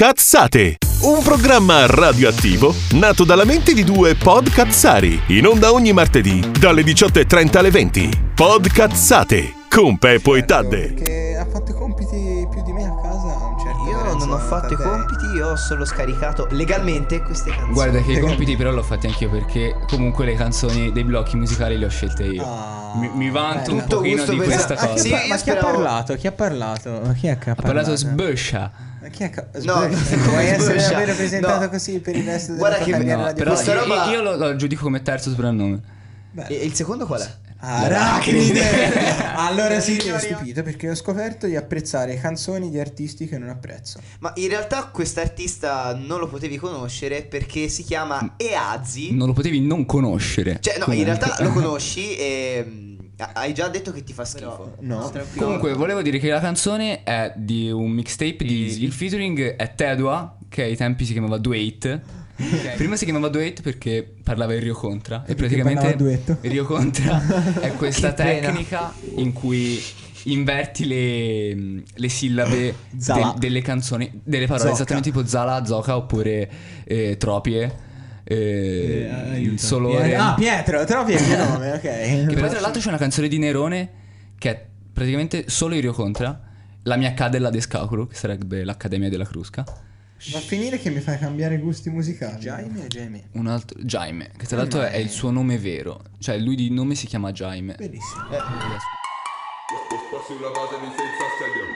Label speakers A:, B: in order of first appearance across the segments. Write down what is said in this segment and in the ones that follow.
A: Podcazzate, un programma radioattivo nato dalla mente di due podcazzari, in onda ogni martedì dalle 18.30 alle 20. Podcazzate con Peppo e Tadde.
B: Perché ha fatto i compiti più di me a casa. a Un certo
C: Io
B: Lorenzo
C: non ho fatto i
B: Taddei.
C: compiti, io ho solo scaricato legalmente queste canzoni.
D: Guarda che i compiti però l'ho fatti anch'io perché comunque le canzoni dei blocchi musicali le ho scelte io.
B: Ah.
D: Mi, mi vanto un
B: Bella.
C: Tutto
D: pochino
C: gusto
D: di
C: per-
D: questa
C: Ah,
D: cosa.
C: sì,
B: Ma,
C: io
D: Ha
B: ma chi ha
C: speravo-
B: parlato? Chi ha parlato? Ma Chi è che ha parlato?
D: parlato Sbuscia.
B: Chi è che...
C: No,
B: Sbr-
C: come
B: vuoi essere
C: sbr-
B: davvero
C: no.
B: presentato così per il resto della
C: Guarda
B: tua
C: che-
B: carriera
D: No,
B: radio-
D: però
C: Questa
D: io,
C: roba-
D: io lo, lo giudico come terzo soprannome.
C: E e il secondo qual è?
B: Arachnide! allora sì, mi ho stupito perché ho scoperto di apprezzare canzoni di artisti che non apprezzo.
C: Ma in realtà quest'artista non lo potevi conoscere perché si chiama Eazi.
D: Non lo potevi non conoscere.
C: Cioè, no,
D: comunque.
C: in realtà lo conosci e mm, ha- hai già detto che ti fa schifo.
B: no.
C: Tranquillo.
D: Comunque, volevo dire che la canzone è di un mixtape di il featuring è Tedua, che ai tempi si chiamava Duet. Prima si chiamava Duet perché parlava il Rio Contra. E
B: Perché
D: praticamente
B: parlava duetto.
D: il Rio Contra è questa
C: Che pena.
D: tecnica in cui inverti le, le sillabe
B: Zala.
D: del- delle canzoni, delle parole,
B: Zocca.
D: esattamente tipo Zala, Zoca oppure eh, Tropie. eh, il solore.
B: Ah, Pietro, trovi il mio nome,
D: Che
B: ok.
D: poi tra l'altro c'è una canzone di Nerone che è praticamente solo Irio Contra, la mia cadella d'escacolo, che sarebbe l'Accademia della Crusca,
B: Va a finire che mi fai cambiare gusti musicali. Jaime o Jaime?
D: un altro Jaime, che tra l'altro è, è il suo nome vero, cioè lui di nome si chiama Jaime.
B: Benissimo.
E: Opposto sulla base di senza assedio.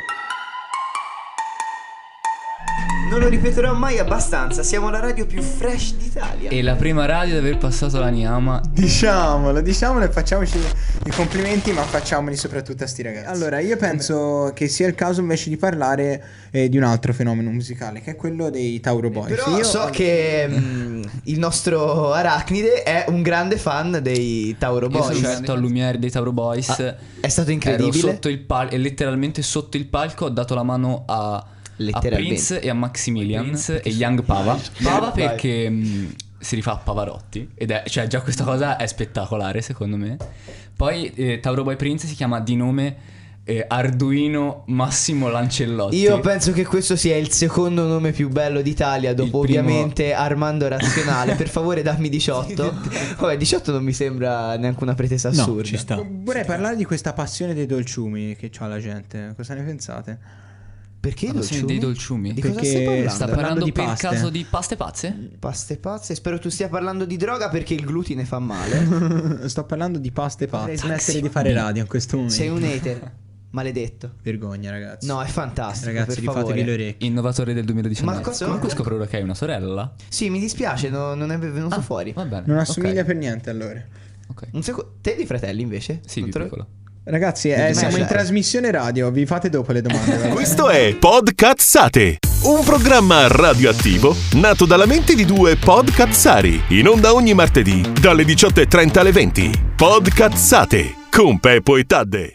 C: Non lo ripeterò mai abbastanza. Siamo la radio più fresh d'Italia.
D: E la prima radio ad aver passato la Niama
B: Diciamolo, diciamolo e facciamoci i complimenti, ma facciamoli soprattutto a sti ragazzi. Allora, io penso che sia il caso invece di parlare eh, di un altro fenomeno musicale, che è quello dei Tauro Boys.
C: Però
B: Io-
C: so che mm, il nostro Arachnide è un grande fan dei Tauro
D: Io sono
C: Boys.
D: certo a Lumiere dei Tauro Boys.
C: Ah, è stato incredibile.
D: Ero Eh, sotto il palco, letteralmente sotto il palco, ho dato la mano a, a
C: Letteralmente.
D: Prince e a Maximilian e Young Pava. Pava perché mh, si rifà a Pavarotti. Ed è, cioè, già questa cosa è spettacolare, secondo me. Poi eh, Tauro Boy Prince si chiama di nome eh, Arduino Massimo Lancellotti.
C: Io penso che questo sia il secondo nome più bello d'Italia dopo
D: Il primo-
C: ovviamente Armando Razionale. per favore dammi 18. Vabbè, 18 non mi sembra neanche una pretesa assurda.
B: Vorrei parlare di questa passione dei dolciumi che ha la gente. Cosa ne pensate?
C: Perché i
D: La passione
C: dolciumi?
D: dei dolciumi?
C: Di cosa
B: Perché
C: stai parlando?
D: Sta
B: Sta
D: parlando
B: parlando di
D: per
B: paste.
D: caso di paste pazze?
C: Paste pazze, spero tu stia parlando di droga perché il glutine fa male.
B: Sto parlando di paste pazze.
C: Vorrei
B: smettere di fare radio in questo momento.
C: Sei un hater, maledetto.
B: Vergogna, ragazzi.
C: No, è fantastico.
B: ragazzi,
C: per
B: rifatevi
C: favore.
B: le orecchie.
D: Innovatore del 2019.
C: Ma cosa-
D: Comunque scoprirò che hai una sorella.
C: Sì, mi dispiace, no- non è venuto
D: Ah,
C: fuori.
D: Va bene.
B: Non
D: ok,
B: assomiglia per niente allora.
D: ok.
C: Un secondo. Te di fratelli invece?
D: Sì,
C: Non
D: più
C: te lo-
D: piccolo.
B: Ragazzi, eh,
C: Quindi
B: siamo in
C: mangiare.
B: trasmissione radio. Vi fate dopo le domande. va bene?
A: Questo è Podcazzate, un programma radioattivo nato dalla mente di due podcazzari, in onda ogni martedì dalle 18.30 alle 20. Podcazzate con Peppo e Tadde.